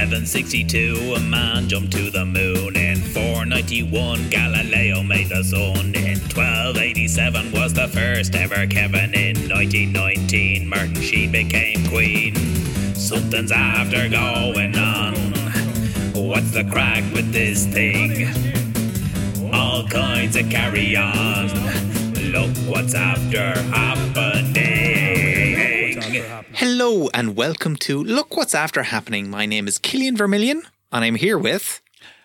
762, a man jumped to the moon. In 491, Galileo made the sun. In 1287 was the first ever Kevin. In 1919, Martin Sheen became queen. Something's after going on. What's the crack with this thing? All kinds of carry on. Look what's after happening. Hello and welcome to Look What's After Happening. My name is Killian Vermillion and I'm here with.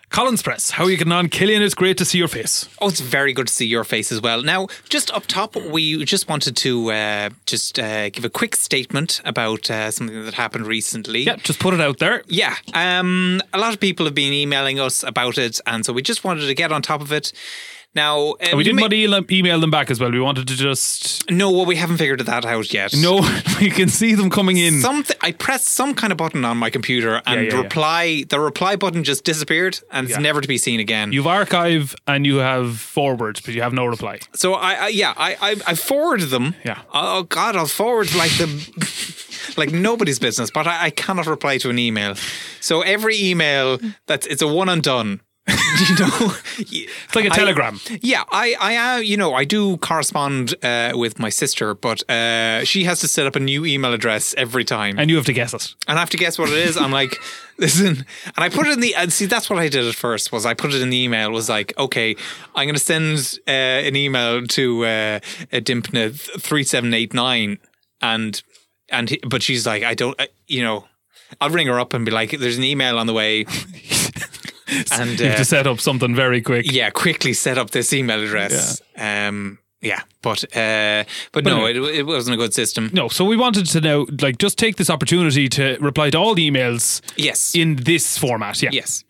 Collins Press, how are you getting on? Killian, it's great to see your face. Oh, it's very good to see your face as well. Now, just up top, we just wanted to uh, just uh, give a quick statement about uh, something that happened recently. Yeah, just put it out there. Yeah, um, a lot of people have been emailing us about it, and so we just wanted to get on top of it. Now, uh, And we you didn't may- want to email- email them back as well. We wanted to just. No, well, we haven't figured that out yet. No, we can see them coming in. Something I pressed some kind of button on my computer and yeah, yeah. reply the reply button just disappeared and Yeah. it's never to be seen again. You've archive and you have forward, but you have no reply. so I, I yeah, I, I I forwarded them. Yeah. Oh god, I'll forward like the like nobody's business, but I, I cannot reply to an email. So every email that's it's a one and done. you know, it's like a telegram. Yeah, I, I, uh, you know, I do correspond uh, with my sister, but uh, she has to set up a new email address every time. And you have to guess it. and I have to guess what it is. I'm like, listen, and I put it in the. And see, that's what I did at first was I put it in the email. Was like, okay, I'm going to send uh, an email to uh, Dimpna three seven eight nine, and and he, but she's like, I don't, uh, you know, I'll ring her up and be like, there's an email on the way, and you have uh, to set up something very quick. yeah, quickly set up this email address. Um, yeah, but uh, but, no, it, it wasn't a good system. No, so we wanted to now, like, just take this opportunity to reply to all the emails Yes, in this format. Yeah. Yes.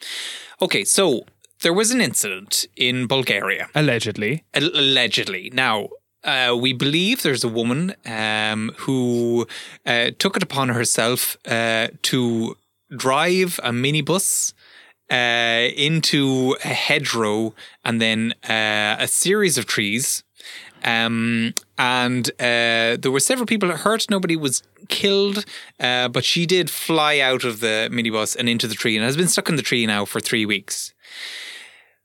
Okay, so there was an incident in Bulgaria, Allegedly. al- allegedly. Now, uh, we believe there's a woman um, who uh, took it upon herself uh, to drive a minibus uh, into a hedgerow and then uh, a series of trees. Um, and uh, there were several people hurt. Nobody was killed, uh, but she did fly out of the minibus and into the tree and has been stuck in the tree now for three weeks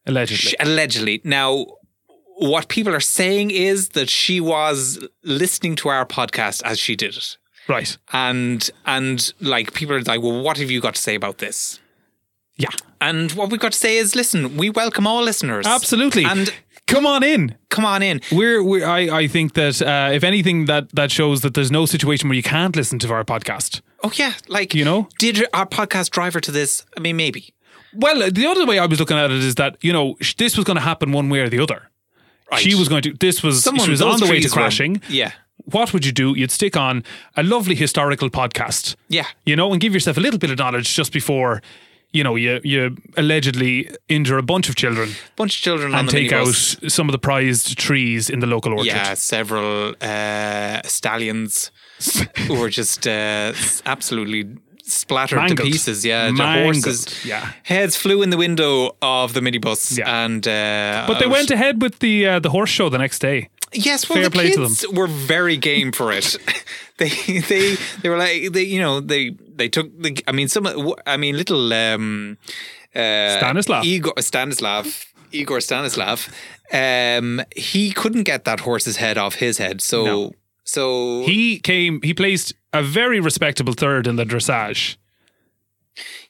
Allegedly. allegedly. Now, what people are saying is that she was listening to our podcast as she did it, Right. and and like people are like, well, what have you got to say about this? Yeah. And what we've got to say is, listen, we welcome all listeners, Absolutely. and come on in. come on in. We're, we're I, I think that uh, if anything that that shows that there's no situation where you can't listen to our podcast. Oh yeah, like You know? did our podcast drive her to this? I mean, maybe. Well, the other way I was looking at it is that you know sh- this was going to happen one way or the other. She was going to. This was she was those on the way to trees were- crashing. Yeah, What would you do? You'd stick on a lovely historical podcast. Yeah. you know, and give yourself a little bit of knowledge just before. You know, you you allegedly injure a bunch of children bunch of children on and the take out minibus. some of the prized trees in the local orchard. Yeah, several uh, stallions who were just uh, s- absolutely splattered to Mangled. pieces. Yeah, their Mangled, horses. yeah. heads flew in the window of the minibus, Yeah. and uh, But they out- went ahead with the uh, the horse show the next day. Yes, well, fair the play to them. kids were very game for it. they, they, they were like, they, you know, they, they took the. I mean, some. I mean, little. Um, uh, Stanislav. Igor Stanislav. Igor Stanislav. Um, he couldn't get that horse's head off his head, so. No. So He came. He placed a very respectable third in the dressage.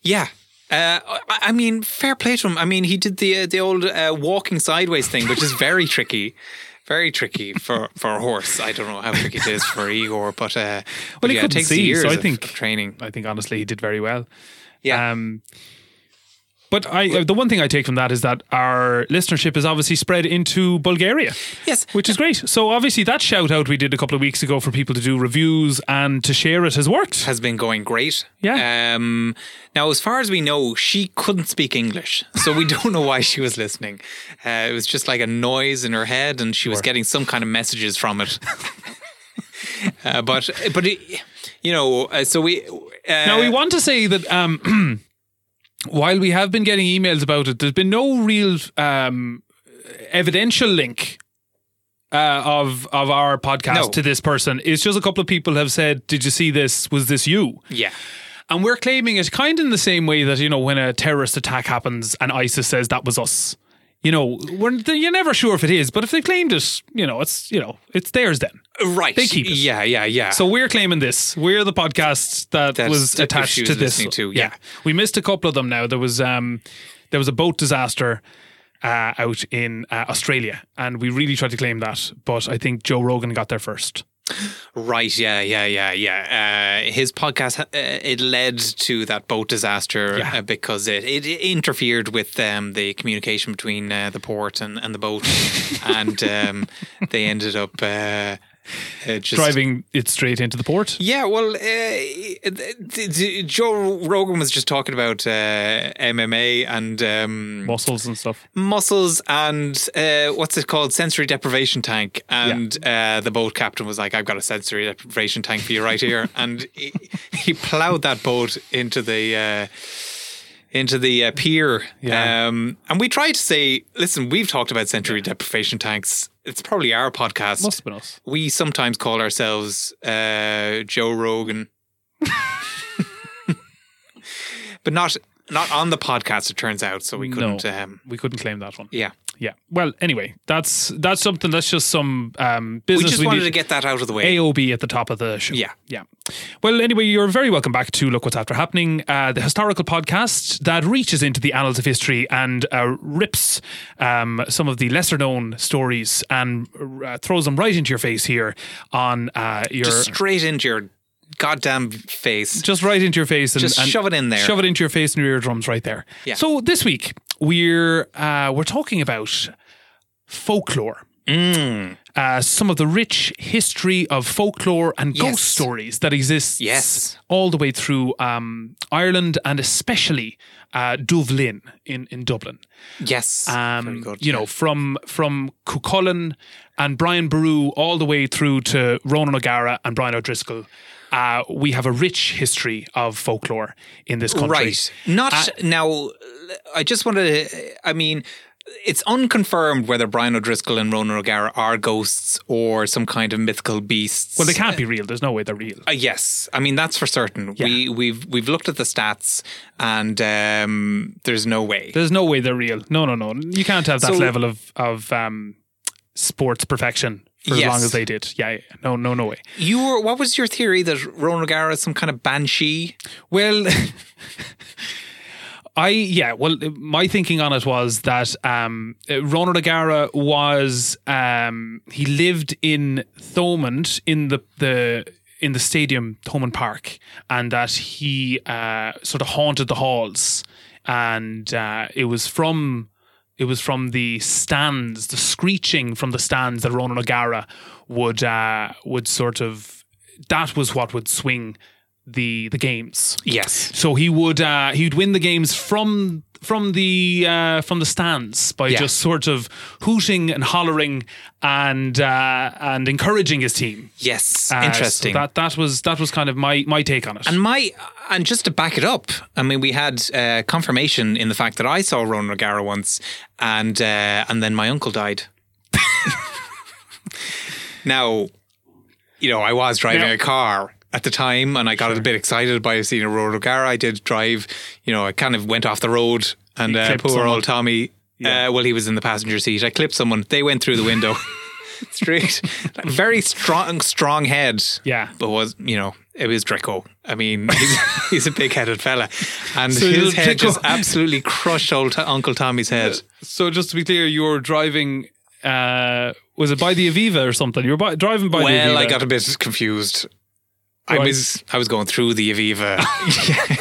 Yeah. Uh, I I mean, fair play to him. I mean, he did the uh, the old uh, walking sideways thing, which is very tricky, very tricky for, for a horse. I don't know how tricky it is for Igor, but uh, but he yeah, it couldn't takes see, years so I of- think- of training. I think honestly he did very well. Yeah, Um, but I, uh, the one thing I take from that is that our listenership is obviously spread into Bulgaria. Yes. which is great. So obviously that shout out we did a couple of weeks ago for people to do reviews and to share it has worked. has been going great. Yeah. Um, now, as far as we know, she couldn't speak English, so we don't know why she was listening. Uh, it was just like a noise in her head, and she was getting some kind of messages from it. uh, but but it, you know, uh, so we uh, Now we want to say that um, while we have been getting emails about it, there's been no real um, evidential link uh, of of our podcast No. to this person. It's just a couple of people have said, "Did you see this? Was this you?" yeah. And we're claiming it kind of in the same way that, you know, when a terrorist attack happens and ISIS says that was us. You know, we're, you're never sure if it is, but if they claimed it, you know, it's you know, it's theirs then. Right. They keep it. Yeah, yeah, yeah. So we're claiming this. We're the podcast that That's was the- if attached she was to this. listening to, yeah. we missed a couple of them. Now there was um, there was a boat disaster uh, out in uh, Australia, and we really tried to claim that, but I think Joe Rogan got there first. Right, yeah, yeah, yeah, yeah. Uh, his podcast uh, it led to that boat disaster Yeah. uh, because it, it interfered with um, the communication between uh, the port and, and the boat, and um, they ended up uh, uh, just Driving it straight into the port. Yeah, well, uh, th- th- th- Joe Rogan was just talking about uh, MMA and um, Muscles and stuff. muscles and uh, what's it called sensory deprivation tank and uh, the boat captain was like i've got a sensory deprivation tank for you right here and he, he plowed that boat into the uh, into the uh, pier Yeah. um, and we tried to say listen we've talked about sensory deprivation tanks it's probably our podcast Must have been us. we sometimes call ourselves uh, Joe Rogan, but not not on the podcast. It turns out, so we couldn't. No. Um, We couldn't claim that one. yeah, Yeah. Well, anyway, that's that's something. That's just some um, business. we just wanted need- to get that out of the way. AOB at the top of the show. Yeah. Yeah. Well, anyway, you're very welcome back to Look What's After Happening, uh, the historical podcast that reaches into the annals of history and uh, rips um, some of the lesser known stories and uh, throws them right into your face here on uh, your. Just straight into your goddamn face. just right into your face and, Just and shove it in there. Shove it into your face and your eardrums right there. Yeah. So this week we're uh, we're talking about folklore. Mm. Uh, some of the rich history of folklore and Yes. ghost stories that exists Yes. all the way through um, Ireland and especially uh, Dublin in, in Dublin. Yes, Um, Very good, you yeah. know, from from Cuchulainn and Brian Boru all the way through to Ronan O'Gara and Brian O'Driscoll. Uh, we have a rich history of folklore in this country. Right. Not now. I just want to. I mean, it's unconfirmed whether Brian O'Driscoll and Ronan O'Gara are ghosts or some kind of mythical beasts. Well, they can't be real. There's no way they're real. Uh, yes, I mean that's for certain. We we've we've looked at the stats, and um, there's no way. There's no way they're real. No, no, no. You can't have that So- level of of um, sports perfection for as Yes. long as they did. Yeah, yeah. No, no, no way. You were what was your theory that Ronan O'Gara is some kind of banshee? Well, I yeah. Well, my thinking on it was that um, uh, Ronald O'Gara was um, he lived in Thomond in the the in the stadium Thomond Park, and that he uh, sort of haunted the halls, and uh, it was from. It was from the stands, the screeching from the stands that Ronan O'Gara would uh, would sort of that was what would swing the the games. Yes. So he would uh, he would win the games from from the uh, from the stands by Yeah. just sort of hooting and hollering and uh, and encouraging his team. Yes. Uh, so Interesting. that that was that was kind of my my take on it. and my and just to back it up, I mean, we had uh, confirmation in the fact that I saw Ronan O'Gara once, and uh, and then my uncle died. now, you know, I was driving Yeah. a car at the time, and I got a bit excited by seeing a Ronan O'Gara. I did drive, you know, I kind of went off the road, and uh, clipped poor someone. old Tommy. Uh, well, he was in the passenger seat. I clipped someone. They went through the window. Straight, very strong, strong head Yeah. but was you know it was Draco. I mean, he's, he's a big-headed fella, and So his little head Draco. just absolutely crushed old t- Uncle Tommy's head. so just to be clear, you were driving. Uh, was it by the Aviva or something? You were by, driving by the Aviva. Well, I got a bit confused. I Right. was I was going through the Aviva.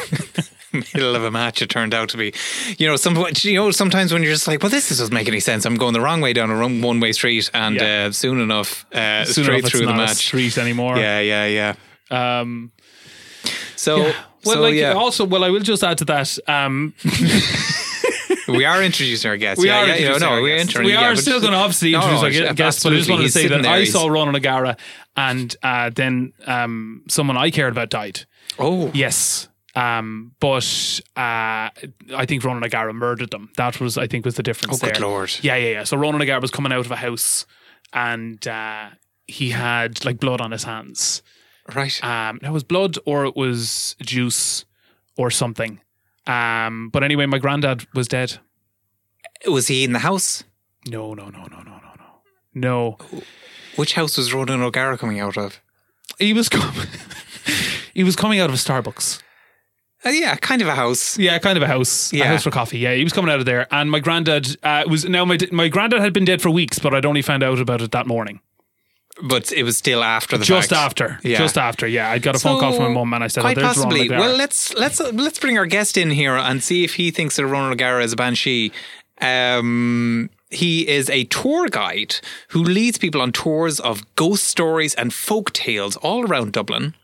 Middle of a match, it turned out to be, you know, some you know sometimes when you're just like, well, this doesn't make any sense. I'm going the wrong way down a wrong one way street, and Yeah. uh, soon enough, uh, Soon straight enough, it's through the not a match. street anymore. Yeah, yeah, yeah. Um, So, well, so, like yeah, also, well, I will just add to that. Um, we are introducing our guests. We yeah, are yeah, yeah, introducing no, our we're guests. introducing- We yeah, are but- still going to obviously No, introduce no, our gu- ab- guests, but I just absolutely. wanted to He's say sitting that there. I He's- saw Ronan O'Gara, and uh, then um, someone I cared about died. Oh, Yes. Um, but uh, I think Ronan O'Gara murdered them. That was, I think, was the difference Oh, there. good lord. Yeah, yeah, yeah. So Ronan O'Gara was coming out of a house, and uh, he had like blood on his hands. right. Um, it was blood or it was juice. or something. Um, but anyway, my granddad was dead. Was he in the house? No, no, no, no, no, no, no. No. Which house was Ronan O'Gara coming out of? He was com- he was coming out of a Starbucks. Uh, yeah, kind of a house. Yeah, kind of a house. Yeah. A house for coffee. Yeah, he was coming out of there. And my granddad uh, was now my d- my granddad had been dead for weeks, but I'd only found out about it that morning. But it was still after the Just fact. after. Yeah. Just after. Yeah, I got a phone call from my mum and I said, oh, quite there's possibly. Ronald Well, McDowell. let's let's uh, let's bring our guest in here and see if he thinks that Ronald O'Gara is a banshee. Um, he is a tour guide who leads people on tours of ghost stories and folk tales all around Dublin.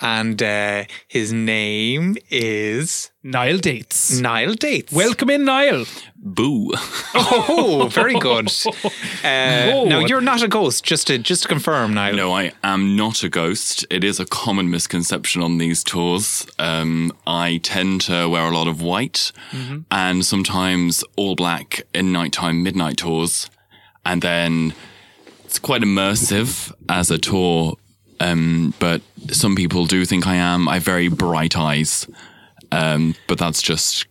And uh, his name is Niall Dates. Niall Dates. Welcome in, Niall. Boo. oh, very good. Uh, now Good. you're not a ghost. Just to just to confirm, Niall. no, I am not a ghost. It is a common misconception on these tours. Um, I tend to wear a lot of white and sometimes all black in nighttime midnight tours. And then it's quite immersive as a tour. Um, but some people do think I am. I have very bright eyes. Um, but that's just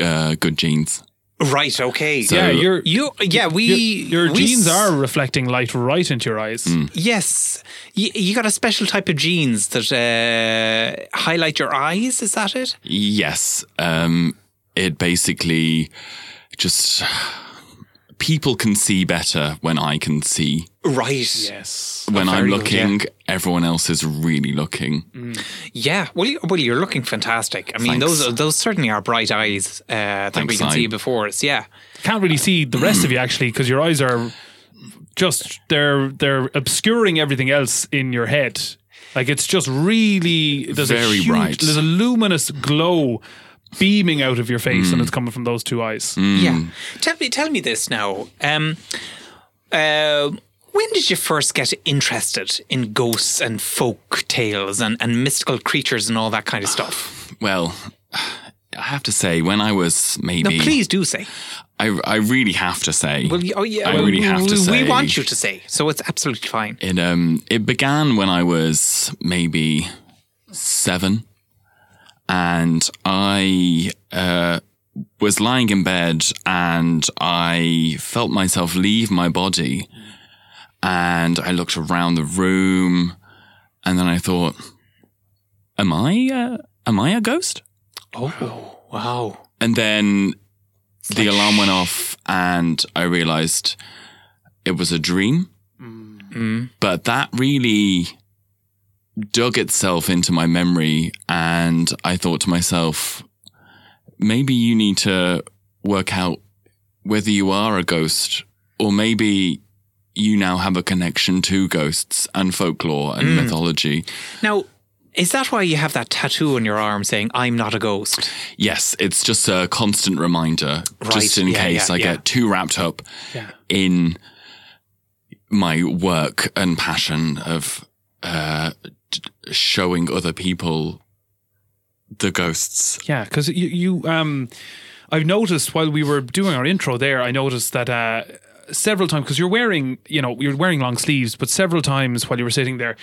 uh, good genes. Right. Okay. So- Yeah, you're- you. Yeah, we. Uh, Your we genes s- Mm. are reflecting light right into your eyes. Yes, you, you got a special type of jeans that uh, highlight your eyes. Is that it? Yes. Um, it basically just people can see better when I can see. Right. Yeah. Yes. When I'm very good, yeah. looking, everyone else is really looking. Well, you, well, you're looking fantastic. I mean, Thanks. those are, those certainly are bright eyes uh, that we Thanks, can see I- before us. Yeah. Can't really see the rest of you actually because your eyes are just they're they're obscuring everything else in your head. Like it's just really there's a Very huge, bright. there's a luminous glow beaming out of your face Mm. and it's coming from those two eyes. Hmm. Yeah. Tell me, tell me this now. Um, uh, when did you first get interested in ghosts and folk tales and, and mystical creatures and all that kind of stuff? Well, I have to say, when I was Now, maybe, please do say. I, I really have to say, Well, y- oh, yeah. I well, really have to we- say. We want you to say, so it's absolutely fine. it um, it began when I was maybe seven, and I uh, was lying in bed and I felt myself leave my body. And I looked around the room and then I thought, am I, uh, am I a ghost? Oh, wow. And then the alarm went off and I realized it was a dream. Mm. But that really dug itself into my memory. And I thought to myself, maybe you need to work out whether you are a ghost or maybe you now have a connection to ghosts and folklore Mm. and mythology. Now, is that why you have that tattoo on your arm saying, I'm not a ghost? Yes, it's just a constant reminder, just in yeah, case yeah, I yeah. get too wrapped up Yeah. in my work and passion of uh, t- showing other people the ghosts. Yeah, because you, you um, I've noticed while we were doing our intro there, I noticed that uh, several times because you're wearing, you know, you're wearing long sleeves, but several times while you were sitting there,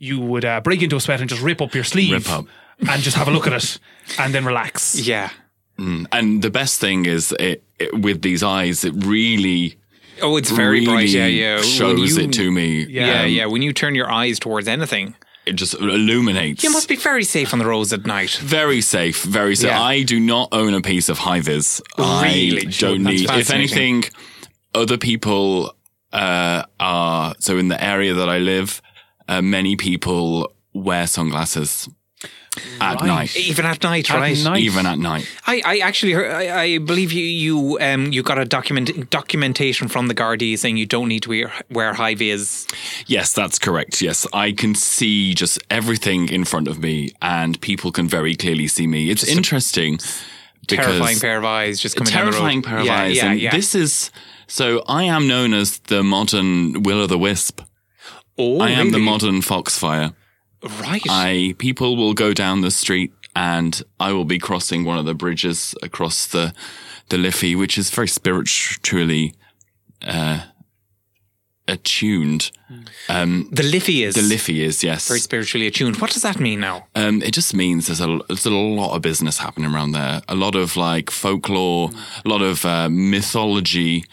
you would uh, break into a sweat and just rip up your sleeve, Rip up. and just have a look at it, and then relax. Yeah. And the best thing is, it, it, with these eyes, it really, Oh, it's very bright. really Yeah, yeah. When shows you- it to me. Yeah, Um, yeah. When you turn your eyes towards anything, It just illuminates. you must be very safe on the roads at night. Very safe, very safe. Yeah. I do not own a piece of high vis. Really? I don't That's need. If fascinating. anything, other people uh, are so in the area that I live. Uh, many people wear sunglasses at Right. night, Even at night, At right? night. even at night. I, I actually, heard, I, I believe you, you, um, you got a document documentation from the Gardaí saying you don't need to wear, wear high vis. Yes, that's correct. Yes, I can see just everything in front of me, and people can very clearly see me. It's interesting. because Terrifying pair of eyes just coming terrifying down pair the road. of eyes. Yeah, and yeah. this is so I am known as the modern Will o' the Wisp. oh, I am the really? modern Foxfire. Right. I people will go down the street and I will be crossing one of the bridges across the the Liffey, which is very spiritually uh attuned. Um, The Liffey is the Liffey is yes. Hmm. very spiritually attuned. What does that mean now? Um, it just means there's a there's a lot of business happening around there. A lot of like folklore, Hmm. a lot of uh, mythology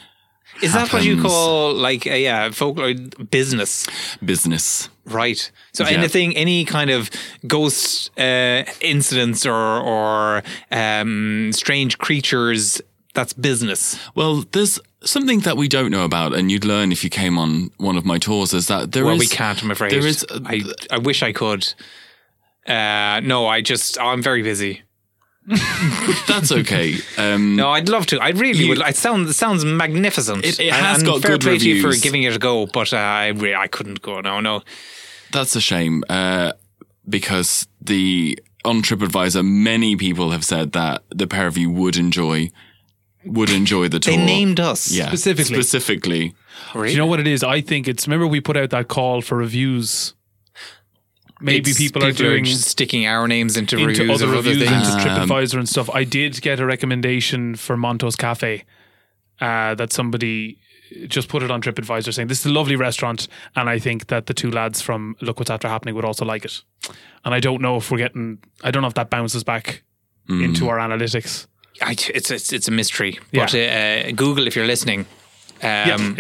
Is that what you Happens. call like a yeah, folklore business? business. Right. So Yeah. anything, any kind of ghost uh, incidents or or um, strange creatures. That's business. Well, there's something that we don't know about, and you'd learn if you came on one of my tours. Is that there is well, we can't. I'm afraid. there is- I, I wish I could. Uh, no, I just. I'm very busy. That's okay. Um, No, I'd love to. I really You- would. It sounds it sounds magnificent. It- it And- has and got fair good play to you for reviews. giving it a go, but uh, I re- I couldn't go. No, no. That's a shame uh, because the on TripAdvisor, many people have said that the pair of you would enjoy would enjoy the tour. They named us. yeah, Specifically. Specifically, Do you know what it is? I think it's. Remember, we put out that call for reviews. Maybe It's- people, are doing just sticking our names into, into reviews other of other reviews, things. into TripAdvisor and stuff. I did get a recommendation for Montos Cafe uh, that somebody just put it on TripAdvisor saying this is a lovely restaurant, and I think that the two lads from Look What's After Happening would also like it. And I don't know if we're getting. I don't know if that bounces back into our analytics. I, it's, it's it's a mystery. Yeah. But uh, uh, Google, if you're listening, um,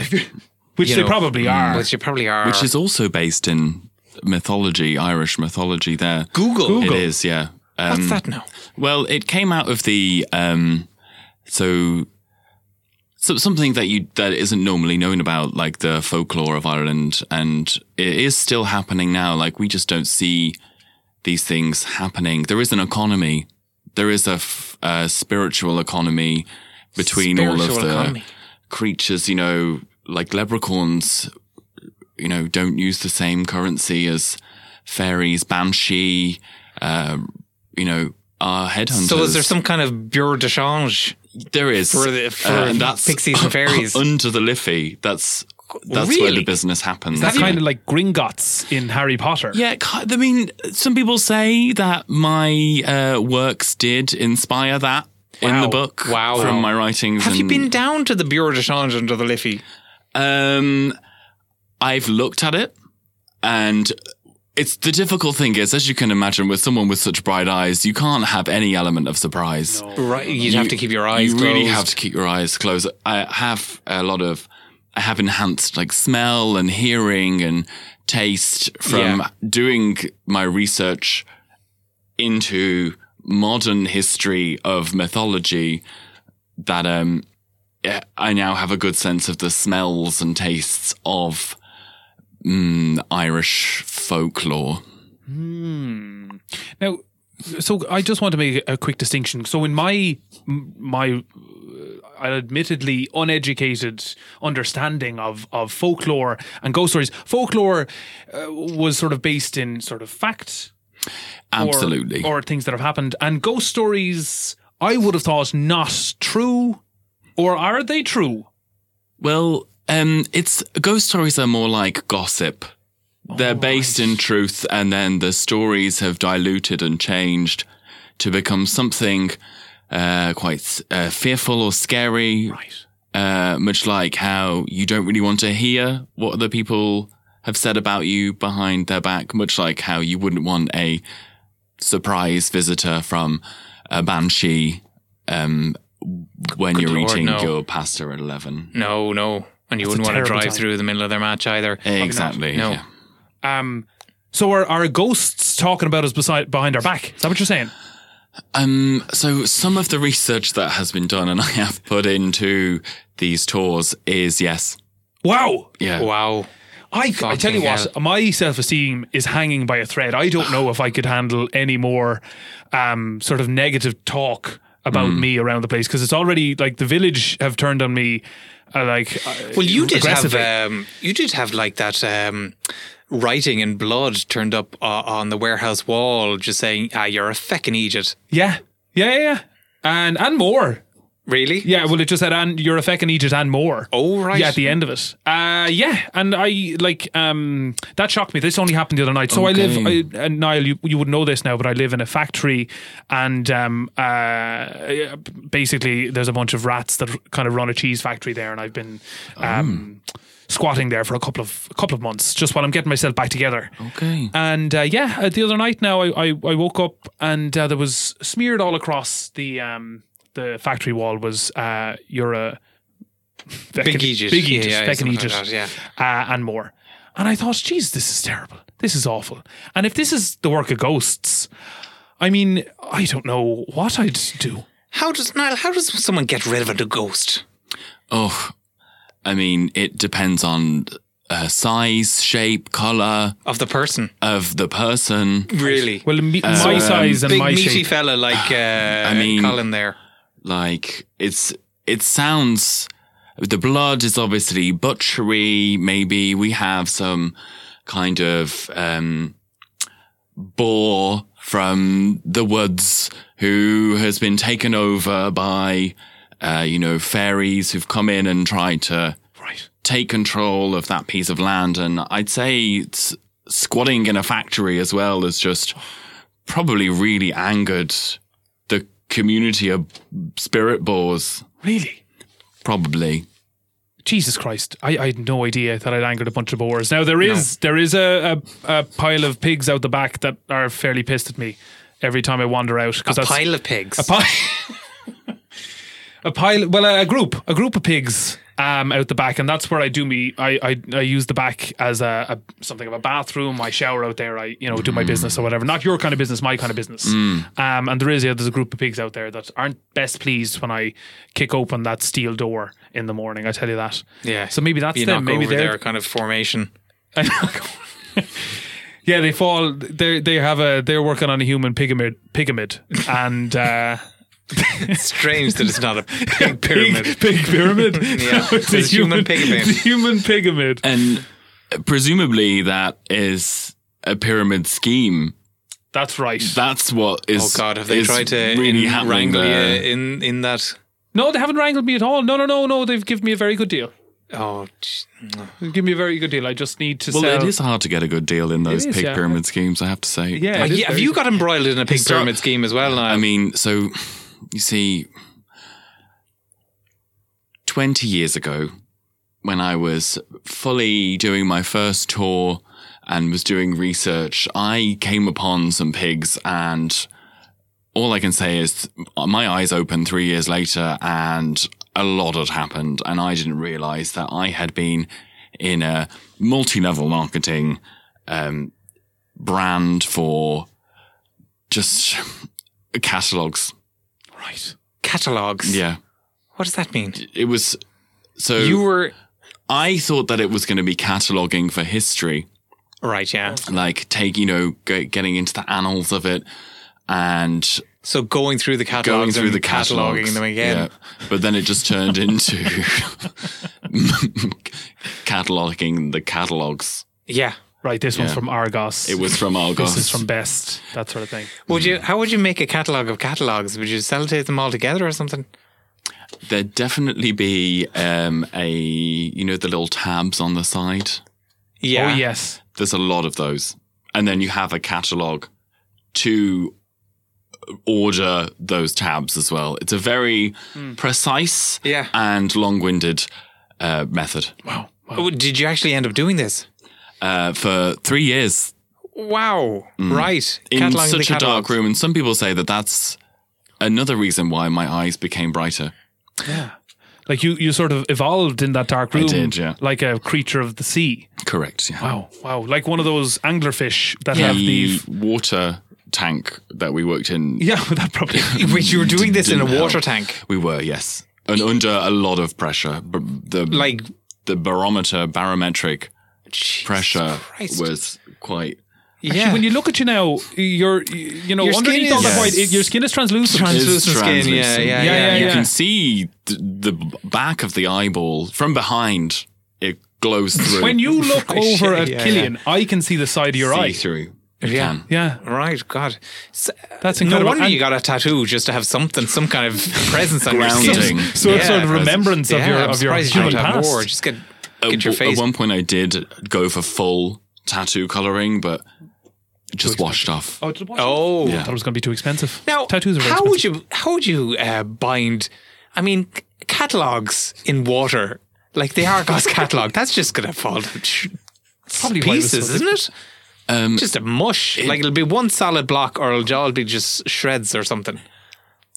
Which you they know, mm, probably are. which you probably are, which is also based in mythology, Irish mythology. There, Google. it is. Yeah, um, What's that now? Well, it came out of the um, so, so something that you that isn't normally known about, like the folklore of Ireland, and it is still happening now. Like we just don't see these things happening. There is an economy. There is a, f- a spiritual economy between all Spiritual of the economy. creatures. You know, like leprechauns. You know, don't use the same currency as fairies, banshee. Uh, you know, are headhunters. So is there some kind of bureau de change? There is Uh, For the- for and pixies and fairies? under the Liffey. That's that's where Really? the business happens. That's kind of like Gringotts in Harry Potter. yeah, ki- I mean, some people say that my uh, works did inspire that in Wow. the book. Wow. from my writings. Have you and- been down to the bureau de change under the Liffey? Um, I've looked at it, and it's the difficult thing is, as you can imagine, with someone with such bright eyes, you can't have any element of surprise. Right, you'd have to keep your eyes. You really have closed. to keep your eyes closed. I have a lot of, I have enhanced like smell and hearing and taste from Yeah. doing my research into modern history of mythology. That um, yeah, I now have a good sense of the smells and tastes of mm, Irish folklore. Now, so I just want to make a quick distinction. So in my m- my uh, admittedly uneducated understanding of of folklore and ghost stories, folklore uh, was sort of based in sort of fact or- Absolutely. or things that have happened and ghost stories I would have thought not true or are they true? Well, um, it's ghost stories are more like gossip. They're Oh, based in truth, and then the stories have diluted and changed to become something uh, quite uh, fearful or scary. Right. Uh, much like how you don't really want to hear what other people have said about you behind their back. Much like how you wouldn't want a surprise visitor from a banshee um, when you're Lord, eating no. your pasta at eleven. No, no, and you wouldn't a want to terrible drive time. through the middle of their match either. Exactly. No. yeah. Um so are, are ghosts talking about us beside, behind our back? Is that what you're saying? Um, so some of the research that has been done and I have put into these tours is yes. Wow. Yeah. Wow. I, I tell you what, hell. my self esteem is hanging by a thread. I don't know if I could handle any more um, sort of negative talk about me around the place because it's already like the village have turned on me. Uh, like, uh, Well, you did have aggressively. um, you did have like that um, writing in blood turned up uh, on the warehouse wall, just saying, "Ah, you're a feckin' idiot." yeah, yeah, yeah, yeah, and and more. Really? Yeah, well, it just said, and you're a feckin' Egypt and more. Oh, right. Yeah, at the end of it. Uh, yeah, and I, like, um, that shocked me. This only happened the other night. So I live, I, and Niall, you, you would know this now, but I live in a factory, and um, uh, basically, there's a bunch of rats that kind of run a cheese factory there, and I've been. Um, Oh. Squatting there for a couple of a couple of months, just while I'm getting myself back together. Okay. And uh, yeah, uh, the other night now I, I, I woke up and uh, there was smeared all across the um, the factory wall was uh, you're a Big Aegis. big Aegis, Yeah, yeah, feckin' something like that, Aegis, yeah. uh, and more. And I thought, geez, this is terrible. This is awful. And if this is the work of ghosts, I mean, I don't know what I'd do. How does Niall? How does someone get rid of a ghost? Oh, I mean, it depends on uh, size, shape, color Of the person, of the person. really? Well, me, So, my um, size and Uh, Big my meaty shape. fella like uh, mean- Colin there. Like it's it sounds. The blood is obviously butchery. Maybe we have some kind of um, boar from the woods who has been taken over by, uh, you know, fairies who've come in and tried to right. take control of that piece of land. And I'd say s- squatting in a factory as well has just probably really angered the community of spirit boars. Really? Probably. Jesus Christ! I, I had no idea that I'd angered a bunch of boars. Now there is there is a, a, a pile of pigs out the back that are fairly pissed at me every time I wander out A because that's pile of pigs. a pile a pile well a, a group a group of pigs um out the back and that's where I do me I I, I use the back as a, a something of a bathroom. I shower out there. I you know do my business or whatever. Not your kind of business, my kind of business. Mm. Um, and there is yeah, there's a group of pigs out there that aren't best pleased when I kick open that steel door in the morning. I tell you that. yeah. So maybe that's you them. knock Maybe over they're their kind of formation. yeah. They fall. They they have a. They're working on a human pyramid. Pyramid and uh, Strange that it's not a pig pyramid. Pig, pig pyramid. Yeah, it's a human pyramid. It's a human pyramid. And presumably that is a pyramid scheme. That's right. That's what is. Oh God, have they is tried to really in- happening wrangle there. you in in that? no, they haven't wrangled me at all. No, no, no, no. They've given me a very good deal. Oh, j- They've given me a very good deal. I just need to Well, sell. it is hard to get a good deal in those It is, pig yeah. pyramid schemes, I have to say. Yeah. Oh, it is yeah, have very you good. got embroiled in a pig Start- pyramid scheme as well? uh, Niall? I mean, so you see, 20 years ago, when I was fully doing my first tour and was doing research, I came upon some pigs, and all I can say is my eyes opened three years later, and a lot had happened, and I didn't realize that I had been in a multi level marketing um, brand for just catalogs. right. catalogs. Yeah. What does that mean? It was so You were I thought that it was going to be cataloging for history, right. Yeah. like take, you know, g- getting into the annals of it and So going through the catalogs, going through and the catalogs. cataloging them again. Yeah. But then it just turned into cataloging the catalogs. Yeah. Right. This one's Yeah. from Argos. It was from Argos. This is from Best. That sort of thing. Would you? Mm. How would you make a catalog of catalogs? Would you sellotape them all together or something? Oh, There'd definitely be um, a, you know, the little tabs on the side. Yeah. Oh yes. There's a lot of those. And then you have a catalog to order those tabs as well. It's a very precise Hmm. Yeah. and long winded uh, method. Wow. wow. Oh, Did you actually end up doing this? Uh, for three years Wow. Right. Mm. in Cataloging the such a dark catalogs. room. And some people say that that's another reason why my eyes became brighter. Like you, you sort of evolved in that dark room. did, yeah. Like a creature of the sea. Correct. Yeah. Wow. Wow. Like one of those anglerfish that have the. The water tank that we worked in. Yeah, that probably. Which you were doing this in a Didn't water help. tank. We were, yes. And under a lot of pressure. B- the, Like, the barometer, barometric pressure Christ. was quite. yeah. When you look at you now, you're you know Your skin underneath all is- that white, your skin is translucent. translucent It's skin. Yeah, translucent. yeah, yeah. Yeah, yeah, yeah, You yeah. can see th- the back of the eyeball from behind. It glows through. when you look Right, over yeah, at yeah, Killian, I can see the side of your see eye. through. yeah. can. Yeah, Right, God. S- that's no incredible. wonder And you got a tattoo just to have something, some kind of presence on your skin. Grounding. so it's sort presence. of remembrance of your- I'm of your surprised human you don't have past. more. Just get, At get your w- face. At one point, I did go for full tattoo coloring, but it just washed off. Oh, did- what? oh, I thought it was going to be too expensive. Now, tattoos are very how expensive. would you how would you uh, bind? I mean, c- catalogs in water like the Argos catalog. That's just gonna fall to sh- probably why it was so pieces, isn't it? Um, Just a mush. like it'll be one solid block, or it'll all be just shreds or something.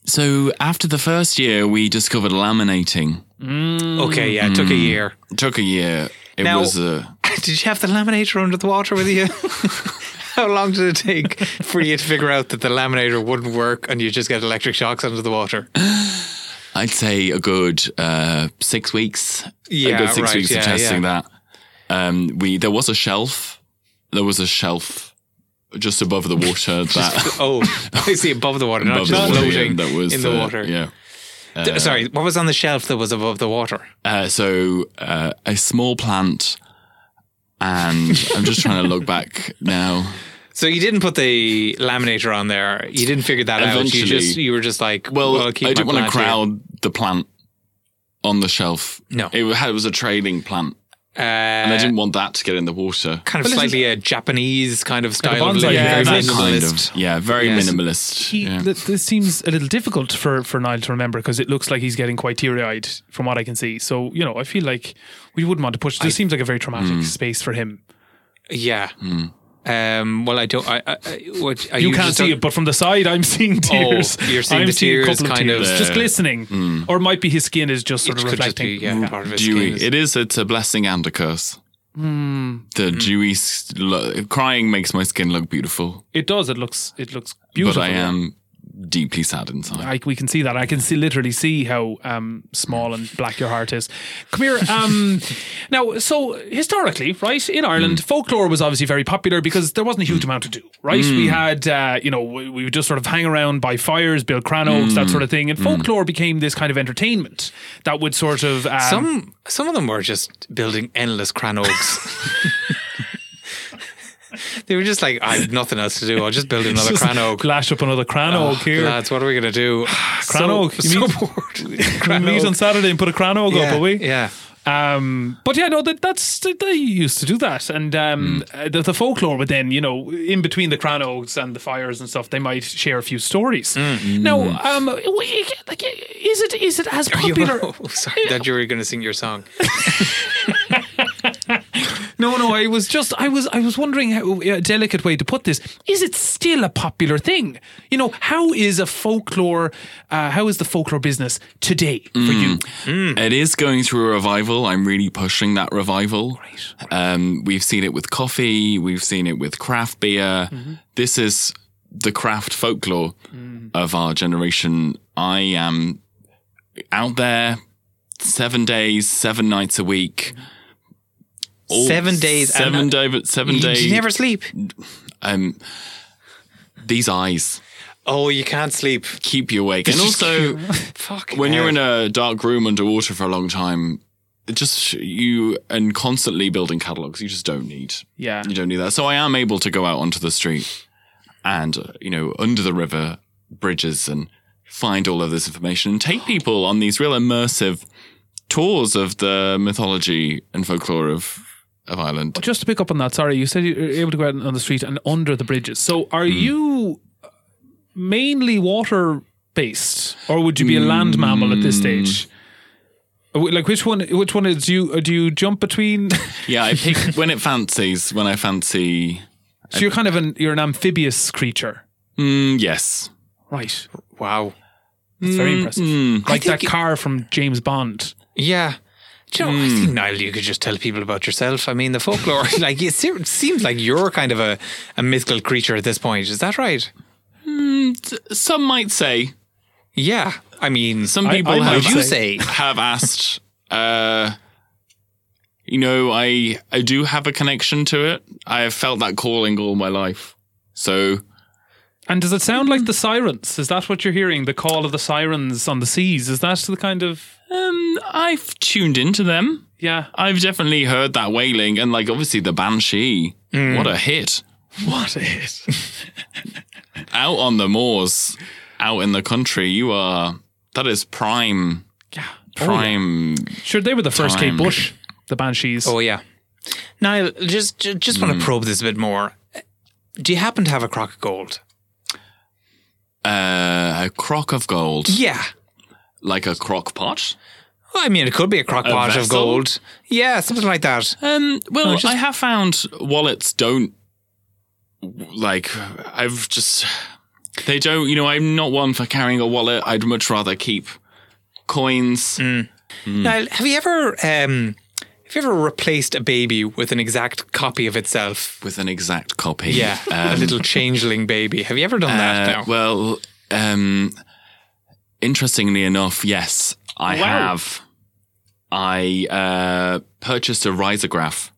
so after the first year, we discovered laminating. Okay, yeah, it took a year. It took a year. It Now- was a. Did you have the laminator under the water with you? How long did it take for you to figure out that the laminator wouldn't work and you just get electric shocks under the water? I'd say a good uh, six weeks. Yeah, a good six right, weeks yeah, of testing that. Um, we there was a shelf. There was a shelf just above the water that Oh, I see above the water, not above the just water, yeah, floating that was in the uh, water. Yeah. D- Sorry, what was on the shelf that was above the water? Uh, so uh, a small plant, and I'm just trying to look back now. So you didn't put the laminator on there. You didn't figure that out. You Eventually. just you were just like, well, Well, I keep my didn't want to plant here. crowd the plant on the shelf. No. it had- it was a trailing plant, and I Uh, didn't want that to get in the water. kind of slightly a Japanese kind of style of bonsai living, Yeah, very kind of. minimalist. yeah, very Yes. minimalist. He, yeah. th- this seems a little difficult for, for Niall to remember because it looks like he's getting quite teary eyed from what I can see. So, you know, I feel like we wouldn't want to push. This seems like a very traumatic Hmm. space for him. Yeah. Hmm. Um, well, I don't. I, I, I- what, are You, can't just see don't- it, but from the side, I'm seeing tears. you're seeing I'm the seeing a tears couple of kind of- uh, hmm. tears, just glistening. Or it might be his skin is just sort It of could just reflecting. be yeah, part of his dewy. skin is- Hmm. It is. It's a blessing and a curse. The dewy s- lo- crying makes my skin look beautiful, It does. It looks it looks beautiful. but I am deeply sad inside. I, we can see that. I can see literally see how um, small and black your heart is. Come here. Um, now, so historically, right in Mm. Ireland, folklore was obviously very popular because there wasn't a huge amount to do. Right, we Mm. had uh, you know we, we would just sort of hang around by fires, build crannogs, Mm. that sort of thing, and folklore became this kind of entertainment that would sort of um, Some some of them were just building endless cranogs. they were just like, I have nothing else to do. I'll just build another Ah, just cranog. Lash up another cranog here. Lads, what are we gonna do? Cranog, So, you so mean- bored. We meet on Cranog. Saturday and put a cranog Yeah, up, will we? yeah. Um, but yeah, no, that, that's that they used to do that, and um, uh, the, the folklore would then, you know, in between the cranogs and the fires and stuff, they might share a few stories. Now, um, we- like, is it is it as You popular? were- oh, sorry that you were going to sing your song. No, no, I was just, I was, I was wondering how a delicate way to put this. Is it still a popular thing? You know, how is a folklore? Uh, how is the folklore business today for you? Hmm. It is going through a revival. I'm really pushing that revival. Um, we've seen it with coffee. We've seen it with craft beer. Mm-hmm. This is the craft folklore Mm. of our generation. I am out there seven days, seven nights a week. All- Mm-hmm. Seven days and- Seven day, seven You, days. you never sleep. um, these eyes Oh, you can't sleep. keep you awake, and also. Fuck. uh, when you're in a a dark room underwater for a long time, it just you and constantly building catalogs, you just don't need. Yeah. You don't need that. So I am able to go out onto the street and uh, you know under the river bridges and find all of this information and take people on these real immersive tours of the mythology and folklore of of Ireland. just to pick up on that, sorry, you said you were able to go out on the street and under the bridges. So are you mainly water based, or would you be a land mammal at this stage? Uh, wh- Like which one? Which one is you? uh, Do you jump between? Yeah, I pick when it fancies. When I fancy, so you're kind of an you're an amphibious creature, mm, yes. right? wow. It's very impressive, like that think- car from James Bond. Yeah. Do you know, I think, Niall, you could just tell people about yourself. I mean, the folklore, like, it se- seems like you're kind of a, a mythical creature at this point. Is that right? Some might say Yeah. I mean, Some people I have would you say? have asked. Uh, you know, I I do have a connection to it. I have felt that calling all my life. So And does it sound like the sirens? Is that what you're hearing? The call of the sirens on the seas? Is that the kind of um, I've tuned into them. yeah? Mm. I've definitely heard that wailing, and like obviously the banshee. What a hit! What is? Out on the moors, out in the country, you are. That is prime, Yeah. prime. Sure, they were the first Time. Kate Bush, the Banshees. Oh yeah, Hmm. Niall, just ju- just want to probe this a bit more. Do you happen to have a crock of gold? Uh, a crock of gold, Yeah. like a crock pot. Well, I mean, it could be a crock pot of vessel? gold. Yeah, something like that. Um, well, No, just- I have found wallets don't like. I've just they don't. You know, I'm not one for carrying a wallet. I'd much rather keep coins. Mm. Niall, have you ever um, have you ever replaced a baby with an exact copy of itself? with an exact copy. Yeah, a Um, little changeling baby. Have you ever done that? uh, now? well, um, interestingly enough, yes, I Wow. have. I uh, purchased a risograph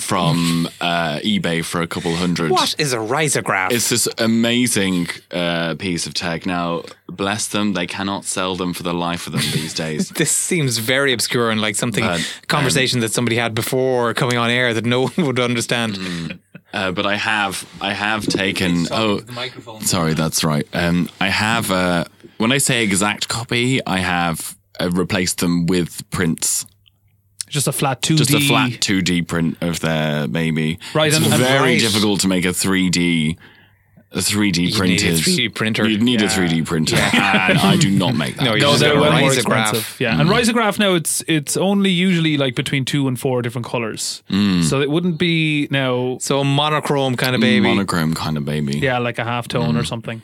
from uh, eBay for a couple hundred. what is a risograph? It's this amazing uh, piece of tech. Now, bless them, they cannot sell them for the life of them these days. this seems very obscure and like something But, conversation that somebody had before coming on air that no one would understand. Uh, but I have, I have taken. Oh, sorry, that's right. Um, I have. Uh, when I say exact copy, I have uh, replaced them with prints, Just a flat 2D. just a flat two D print of their baby. Right, it's and- and very right. difficult to make a three D, a three D You need printed. a 3D printer. You'd need a three D printer, and I do not make that. No, you No, just they're get a well more risograph. expensive. Yeah, Mm. and risograph now it's it's only usually like between two and four different colors. Mm. So it wouldn't be now, So a monochrome kind of baby. monochrome kind of baby. yeah, like a half tone Mm. or something.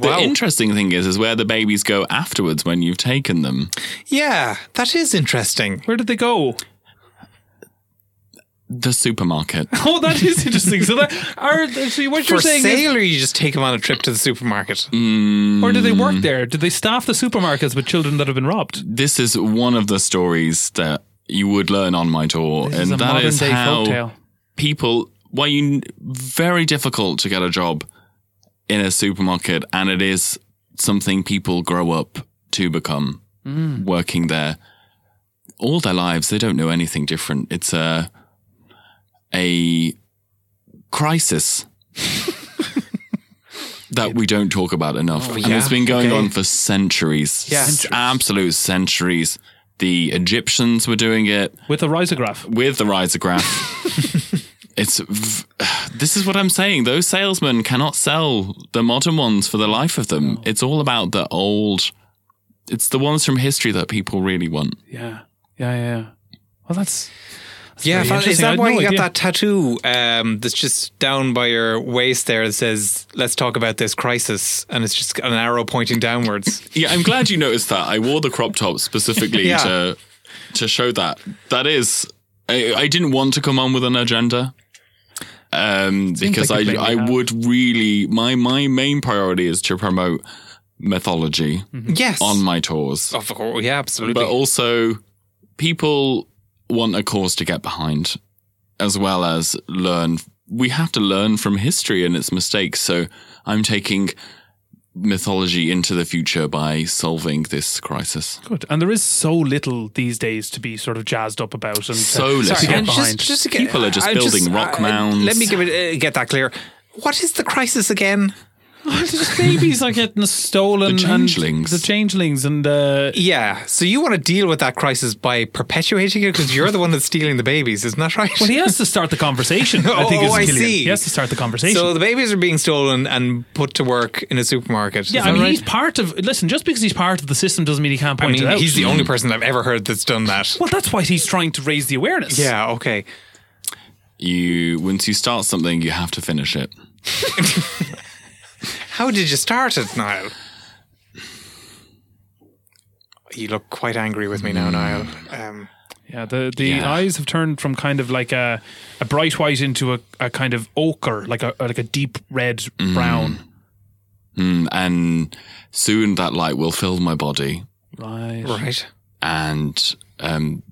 The Wow. interesting thing is, is where the babies go afterwards when you've taken them. yeah, that is interesting. Where did they go? The supermarket. Oh, that is interesting. So that are so what you're For saying sale, or you just take them on a trip to the supermarket? is, or do they Mm. work there? Did they staff the supermarkets with children that have been robbed? this is one of the stories that you would learn on my tour, This is a and that modern is day how folktale. people. Why you very difficult to get a job in a supermarket, and it is something people grow up to become. Mm. Working there all their lives, they don't know anything different. It's a a crisis. That we don't talk about enough, and Oh, yeah, it's been going okay. on for centuries. Yeah. S- absolute centuries. The Egyptians were doing it With a risograph. with the risograph. it's v- this is what I'm saying. Those salesmen cannot sell the modern ones for the life of them. It's all about the old. It's the ones from history that people really want. Yeah. Yeah, yeah. yeah. Well, that's Yeah, pretty fan- is interesting. I that had why no you got idea. that tattoo um, that's just down by your waist there that says, let's talk about this crisis? And it's just an arrow pointing downwards. Yeah, I'm glad you noticed that. I wore the crop top specifically Yeah. to to show that. That is, I, I didn't want to come on with an agenda. Um, because like you I I maybe have. would really my my main priority is to promote mythology yes. on my tours, of course. Yeah, absolutely. but also people want a cause to get behind, as well as learn. We have to learn from history and its mistakes. So I'm taking mythology into the future by solving this crisis. good. And there is so little these days to be sort of jazzed up about. And to- So little. to get and behind. just, just to get, People are just building rock mounds. Let me give it, uh, get that clear. What is the crisis again? just babies are getting stolen. The changelings. And the changelings and uh, Yeah. So you want to deal with that crisis by perpetuating it because you're the one that's stealing the babies, isn't that right? well, he has to start the conversation. I think Oh, is I Killian. see. He has to start the conversation. so the babies are being stolen and put to work in a supermarket. yeah, is that I mean, right? he's part of. Listen, just because he's part of the system doesn't mean he can't I point mean, it out. he's the only person I've ever heard that's done that. well, that's why he's trying to raise the awareness. Yeah, okay. You once you start something, you have to finish it. How did you start it, Niall? You look quite angry with me now, Niall. Um, yeah. The the Yeah. eyes have turned from kind of like a a bright white into a, a kind of ochre, like a like a deep red brown. Mm, And soon that light will fill my body. Right. right. And um,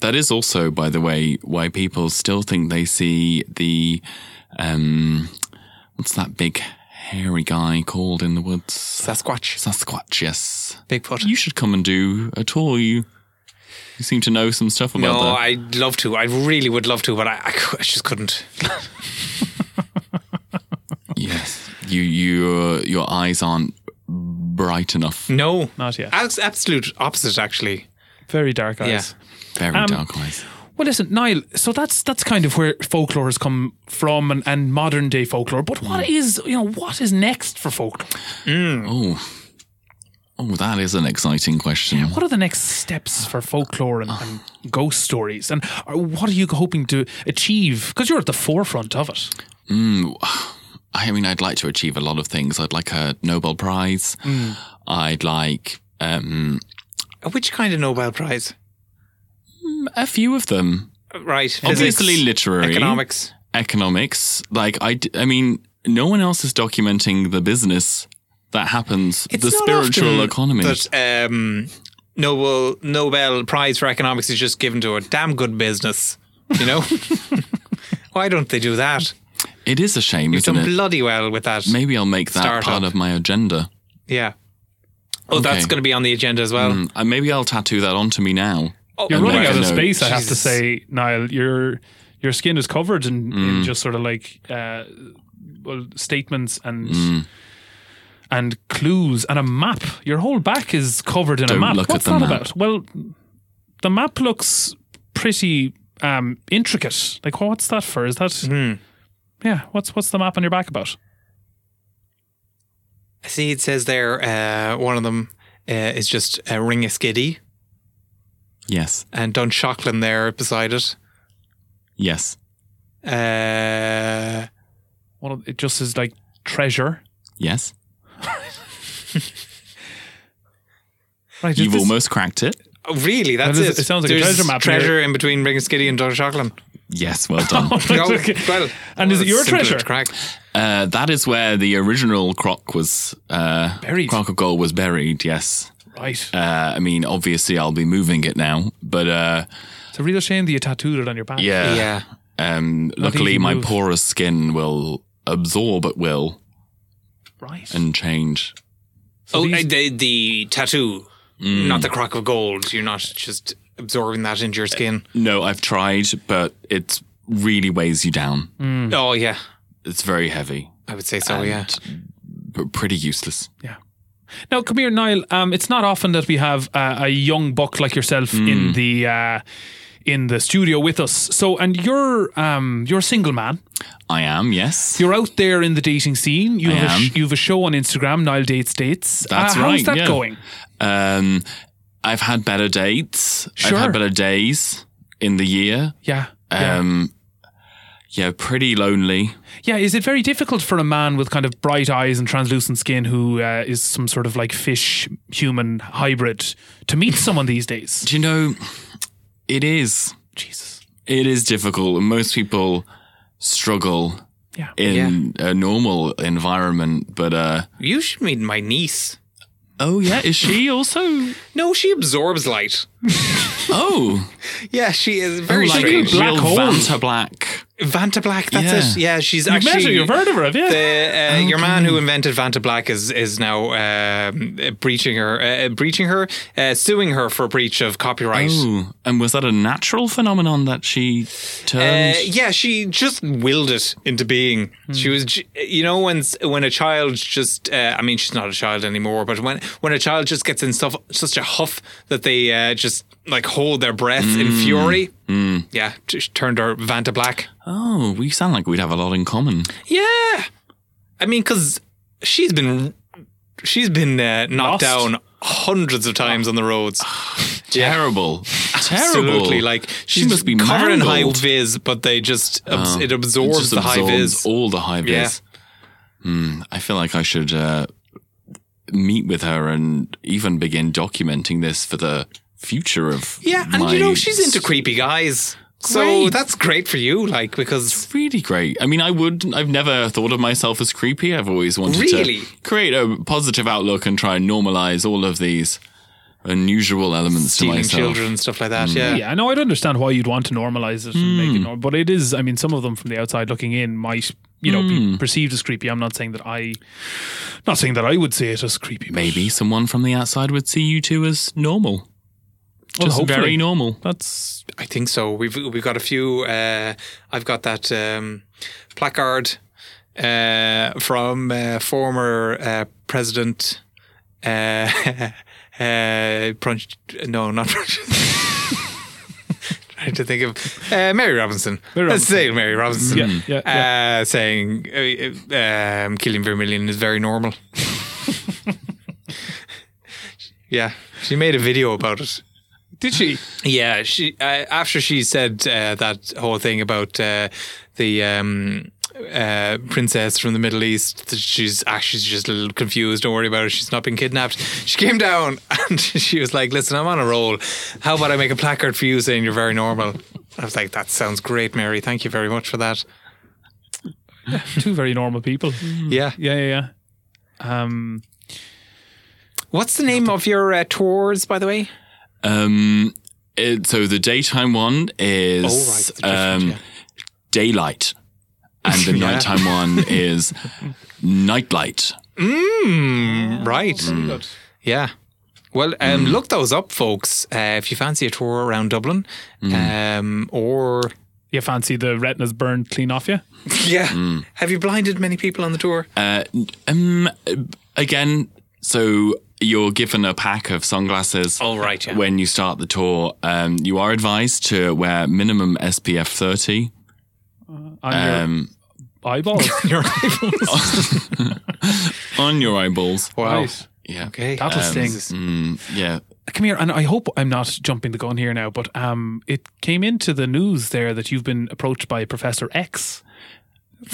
that is also, by the way, why people still think they see the um, what's that big hairy guy called in the woods? Sasquatch. Sasquatch. Yes, Bigfoot. you should come and do a tour. You you seem to know some stuff about No, that. I'd love to. I really would love to, but I, I cou- I just couldn't. you you your eyes aren't bright enough. No, Not yet. Abs- absolute opposite, actually. Very dark eyes. Yeah. Very dark eyes. Well, listen, Niall. So that's that's kind of where folklore has come from, and, and modern day folklore. But what is you know what is next for folklore? Oh, oh, that is an exciting question. What are the next steps for folklore and, and ghost stories? And uh, what are you hoping to achieve? Because you're at the forefront of it. I mean, I'd like to achieve a lot of things. I'd like a Nobel Prize. Mm. I'd like um, Which kind of Nobel Prize? um, Uh, a few of them. Right. physics, Obviously, literary Economics. economics. Like I, d- I mean, no one else is documenting the business that happens. the not spiritual often economy. That um, Nobel Nobel Prize for Economics is just given to a damn good business. You know, why don't they do that? it is a shame, Done isn't it? bloody well with that. Maybe I'll make that Startup. part of my agenda. Yeah. Oh, that's Okay. going to be on the agenda as well. Oh, Mm, And maybe I'll tattoo that onto me now. You're And running make out a of note. space. I have to Jesus. say, Niall. Your your skin is covered in, Mm. in just sort of like uh, well statements and. Mm. And clues and a map. Your whole back is covered in a Don't map. look at What's the that map. about? Well, the map looks pretty um, intricate. Like, what's that for? Is that? hmm. Yeah. What's what's the map on your back about? I See, it says there uh, one of them uh, is just uh, ring a skiddy Yes, and Don Shocklin there beside it. yes, Uh, One of it just is like treasure. yes. Right. You've is this- almost cracked it. oh, really? That's That is- it. it sounds like a There's treasure map. Treasure in between ring a skiddy and Don Shocklin. Yes, well done. No, Oh, okay. well, And is it your that's simpler treasure? to Crack. Uh, that is where the original croc was uh, Buried. Croc of gold was buried. Yes. Right. Uh, I mean, obviously, I'll be moving it now, but uh, It's a real shame that you tattooed it on your back. yeah. yeah. Um, luckily, easy my move. porous skin will absorb at will Right. and change. Oh, these- uh, the, the tattoo, not the crock of gold. You're not just absorbing that into your skin. No, I've tried, but it really weighs you down. Uh, mm. Oh, yeah. It's very heavy, I would say so, yeah. but pretty useless. yeah. Now, come here, Niall. Um, it's not often that we have uh, a young buck like yourself Mm. in the uh, in the studio with us. So, and you're um, you're a single man. I am, yes. You're out there in the dating scene. You I have a am. sh- you have a show on Instagram, Niall dates dates. That's uh, How's right, that yeah. going? Um, I've had better dates. Sure. I've had better days in the year. Yeah. yeah. Um, yeah, pretty lonely. Yeah, is it very difficult for a man with kind of bright eyes and translucent skin who uh, is some sort of like fish human hybrid to meet someone these days? Do you know, it is. Jesus. It is difficult. and Most people struggle Yeah. in a normal environment, but uh, You should meet my niece. oh yeah, is she also? No, she absorbs light. Oh, Oh, Yeah, she is very like strange. black real hole. Vanta Black. Vanta Black, that's Yeah. it. Yeah, she's You've met her, actually. you've heard of her, have you? the, uh, Your man who invented Vanta Black is is now um, uh, breaching her, uh, breaching her, uh, suing her for breach of copyright. Oh, and was that a natural phenomenon that she Uh, turned? yeah, she just willed it into being. She was, j- you know, when s- when a child just, uh, I mean, she's not a child anymore, but when when a child just gets in stuff, such a huff that they uh, just like hold their breath in fury. Yeah, just turned her Vanta black. oh, we sound like we'd have a lot in common. Yeah, I mean, because she's been she's been uh, knocked Lost. down hundreds of times on the roads. Terrible, terrible. Absolutely, like she's must be covered in high mangled. viz, but they just abs- Oh. it absorbs Oh just the high absorbs viz. all the high viz. Yeah. Hmm, I feel like I should uh, meet with her and even begin documenting this for the future of Yeah, and my you know she's into s- creepy guys. So Great. that's great for you, like because really great. I mean, I would. I've never thought of myself as creepy. I've always wanted Really? to create a positive outlook and try and normalize all of these unusual elements to stealing myself. children and stuff Mm. like that. Yeah. yeah, no, I'd understand why you'd want to normalize it and make it Hmm. normal. But it is, I mean, some of them from the outside looking in might, you know, Hmm. be perceived as creepy. I'm not saying that I, not saying that I would say it as creepy. but- Maybe someone from the outside would see you two as normal, Well, just hopefully. very normal. That's I think so. We've we've got a few. Uh, I've got that um, placard uh, from uh, former uh, President. Uh, uh, Prunch, no, not Prunch. Trying to think of uh, Mary Robinson. Mary Let's Robinson. say Mary Robinson. Yeah, yeah, uh, Saying uh, uh, um, killing Vermillion is very normal. yeah, she made a video about it. Did she? Yeah, she uh, after she said uh, that whole thing about uh, the um, uh, princess from the Middle East, that she's actually just a little confused. Don't worry about it. She's not been kidnapped. She came down and she was like, "Listen, I'm on a roll. How about I make a placard for you saying you're very normal?" I was like, "That sounds great, Mary. Thank you very much for that." Two very normal people. Hmm. Yeah. Yeah, yeah, yeah. Um, What's the name of your uh, tours, by the way? Um, it, so the daytime one is Oh, right, the different, um, yeah. daylight, and the Yeah. nighttime one is nightlight. Mm, Right. Oh, Yeah. Well, um, look those up, folks. Uh, if you fancy a tour around Dublin, um, or you fancy the retinas burned clean off you? yeah, have you blinded many people on the tour? Uh, um, again, so you're given a pack of sunglasses. Oh, right, yeah. When you start the tour, um, you are advised to wear minimum SPF 30. On Um, your eyeballs. on your eyeballs. wow. Nice. Yeah. Okay. Um, That'll sting. Mm, yeah. Come here, and I hope I'm not jumping the gun here now, but um, it came into the news there that you've been approached by Professor X.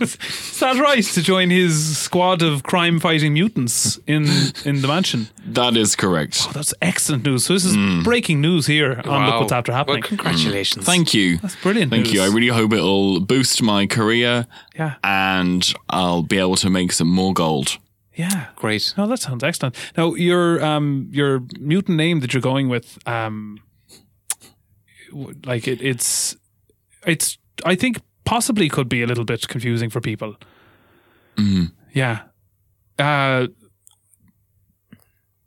Is that right? To join his squad of crime-fighting mutants in in the mansion. That is correct. Oh, that's excellent news. So this is Hmm. breaking news here on Wow. Look What's After Happening. Well, congratulations. Thank you. that's brilliant. Thank you. I news. really hope it'll boost my career yeah, and I'll be able to make some more gold. yeah. Great. No, Oh, that sounds excellent. Now your um your mutant name that you're going with um w- like it, it's it's I think possibly could be a little bit confusing for people. Mm-hmm. Yeah. Uh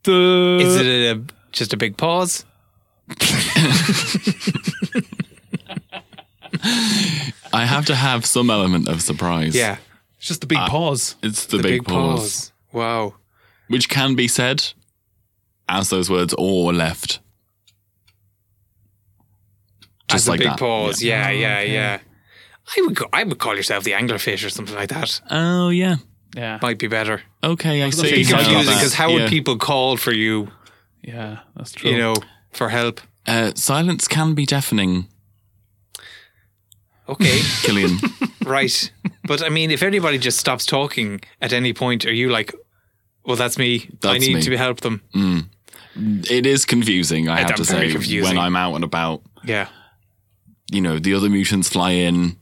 the Is it a, just a big pause? I have to have some element of surprise. it's just the Ah. big pause. It's the, big, pause, Wow. which can be said as those words or left. Just As a like big that. pause. Yeah, yeah, yeah. I would. Go, I would call yourself the anglerfish or something like that. Oh, yeah. Yeah. Might be better. Okay, I see. Be Sorry about confusing that. because how Yeah. Oh. would people call for you? Yeah, that's true. You know, for help. Uh, silence can be deafening, Okay. Killian. Right. But I mean, if anybody just stops talking at any point, are you like, well, that's me. I That's need me." to help them. it is confusing, I have I'm to very say, confusing. when I'm out and about. Yeah. you know, the other mutants fly in,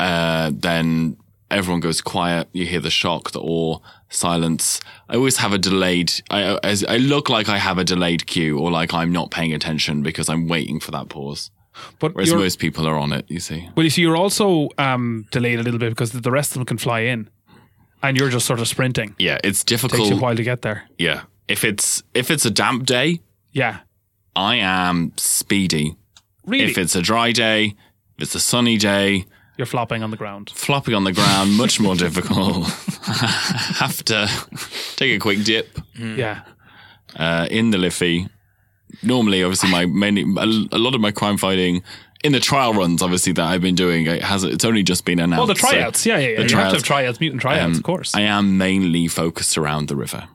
uh, then everyone goes quiet. You hear the shock, the awe, silence. I always have a delayed, I, I, I look like I have a delayed cue or like I'm not paying attention because I'm waiting for that pause. but Whereas you're, most people are on it, you see. well, you see, you're also um, delayed a little bit because the rest of them can fly in, and you're just sort of sprinting. Yeah, it's Takes you a difficult. while to get there. Yeah. If it's, if it's a damp day, Yeah, I am speedy. really, If it's a dry day, if it's a sunny day, you're flopping on the ground. flopping on the ground, much more difficult. have to take a quick dip. Mm. Yeah. uh, in the Liffey. Normally, obviously, my many a, a lot of my crime fighting in the trial runs, obviously that I've been doing, it has it's only just been announced. Well, the so tryouts, yeah, yeah, yeah. the you have to have tryouts, mutant tryouts, um, of course. I am mainly focused around the river.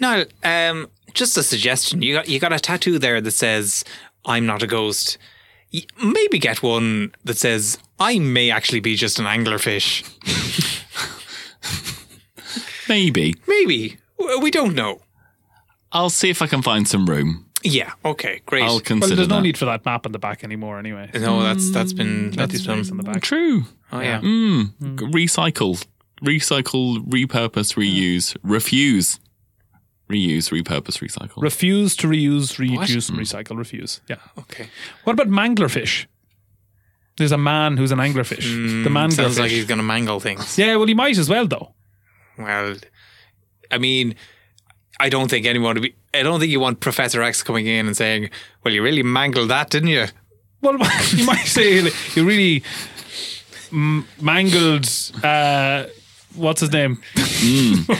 No, um, just a suggestion. You got, you got a tattoo there that says, I'm not a ghost. Y- Maybe get one that says, I may actually be just an anglerfish. Maybe Maybe. W- We don't know. I'll see if I can find some room. Yeah. Okay. Great. I'll well, consider there's no that. need for that map in the back anymore, anyway. no, that's that's been that's These things in been. the back. True. Oh yeah. Mm. Recycle, recycle, repurpose, reuse, refuse, reuse, repurpose, recycle. Refuse to reuse, reduce, Hmm. and recycle. Refuse. Yeah. Okay. What about manglerfish? There's a man who's an anglerfish. the manglerfish. Hmm, Sounds like he's gonna mangle things. yeah, well, he might as well though. Well, I mean, I don't think anyone would be. I don't think you want Professor X coming in and saying, "Well, you really mangled that, didn't you?" Well, you might say like, you really m- mangled. Uh, what's his name? Hmm.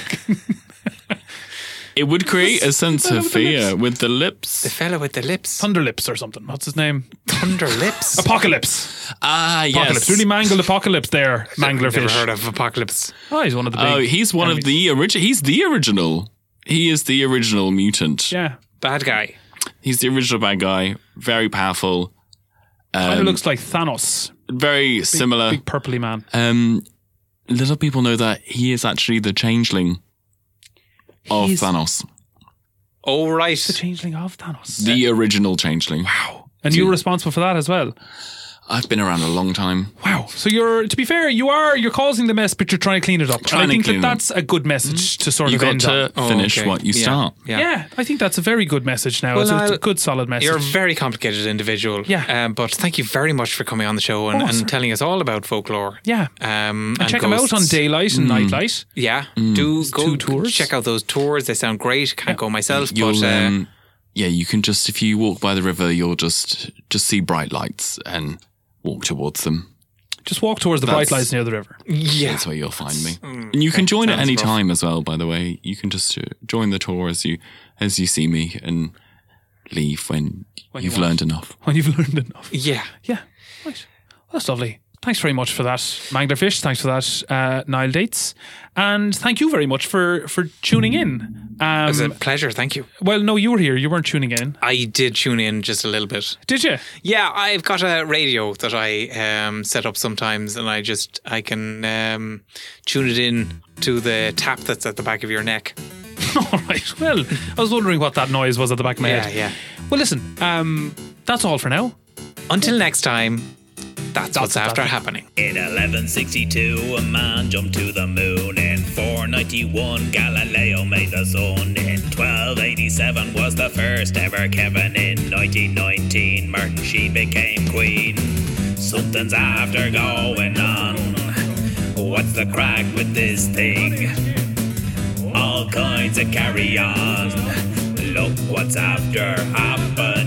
It would create a sense of fear with the lips. Fella with the lips. Thunderlips or something. What's his name? Thunder lips. Apocalypse. Ah, Apocalypse. yes. Really mangled apocalypse there. Never heard Manglerfish. of apocalypse. Oh, he's one of the big. Oh, he's one of the original. He's the original. He is the original mutant. Yeah. Bad guy. He's the original bad guy. Very powerful. Kind Um, of looks like Thanos. very similar. Big purpley man. Um, little people know that he is actually the changeling of He's- Thanos, Oh right. The changeling of Thanos. the original changeling. and you were responsible for that as well. I've been around a long time. Wow. So you're, to be fair, you are you're causing the mess, but you're trying to clean it up. Trying and to I think clean that it up. Mm-hmm. that's a good message to sort You of got end to on. Oh, finish okay. what you Yeah. start. Yeah. Yeah. I think that's a very good message. Now Well, it's, a, it's a I'll- good, solid message. You're a very complicated individual. Yeah. Um, but thank you very much for coming on the show and, Oh, sir. and telling us all about folklore. yeah. Um, and check them out on ghosts. Daylight Mm. and Nightlight. Yeah, do go two tours. check out those tours. They sound great. Can't go myself, You'll, but uh, um, yeah, you can just if you walk by the river, you'll just just see bright lights and walk towards them. Just walk towards the bright That's- lights near the river. yeah, That's mm, where you'll find me. And you can join at any time as well. By the way, you can just uh, join the tour as you as you see me and leave when, you've learned enough. When you've learned enough. yeah. Yeah. Right. Well, that's lovely. Thanks very much for that, Manglerfish. Thanks for that, uh, Niall Dates. And thank you very much for, for tuning in. Um, It's a pleasure. Thank you. well, no, you were here. You weren't tuning in. Mm. I did tune in just a little bit. Did you? Yeah, I've got a radio that I um, set up sometimes, and I just I can um, tune it in to the tap that's at the back of your neck. All right. Well, I was wondering what that noise was at the back of my Yeah, head. yeah. Well, listen, um, that's all for now. Until next time, that's, what's what's after happening. happening. In 1162, a man jumped to the moon. In 491, Galileo made the sun. In 1287 was the first ever Kevin. In 1919, Martin she became queen. Something's after going on. What's the crack with this thing? All kinds of carry on. Look what's after happening.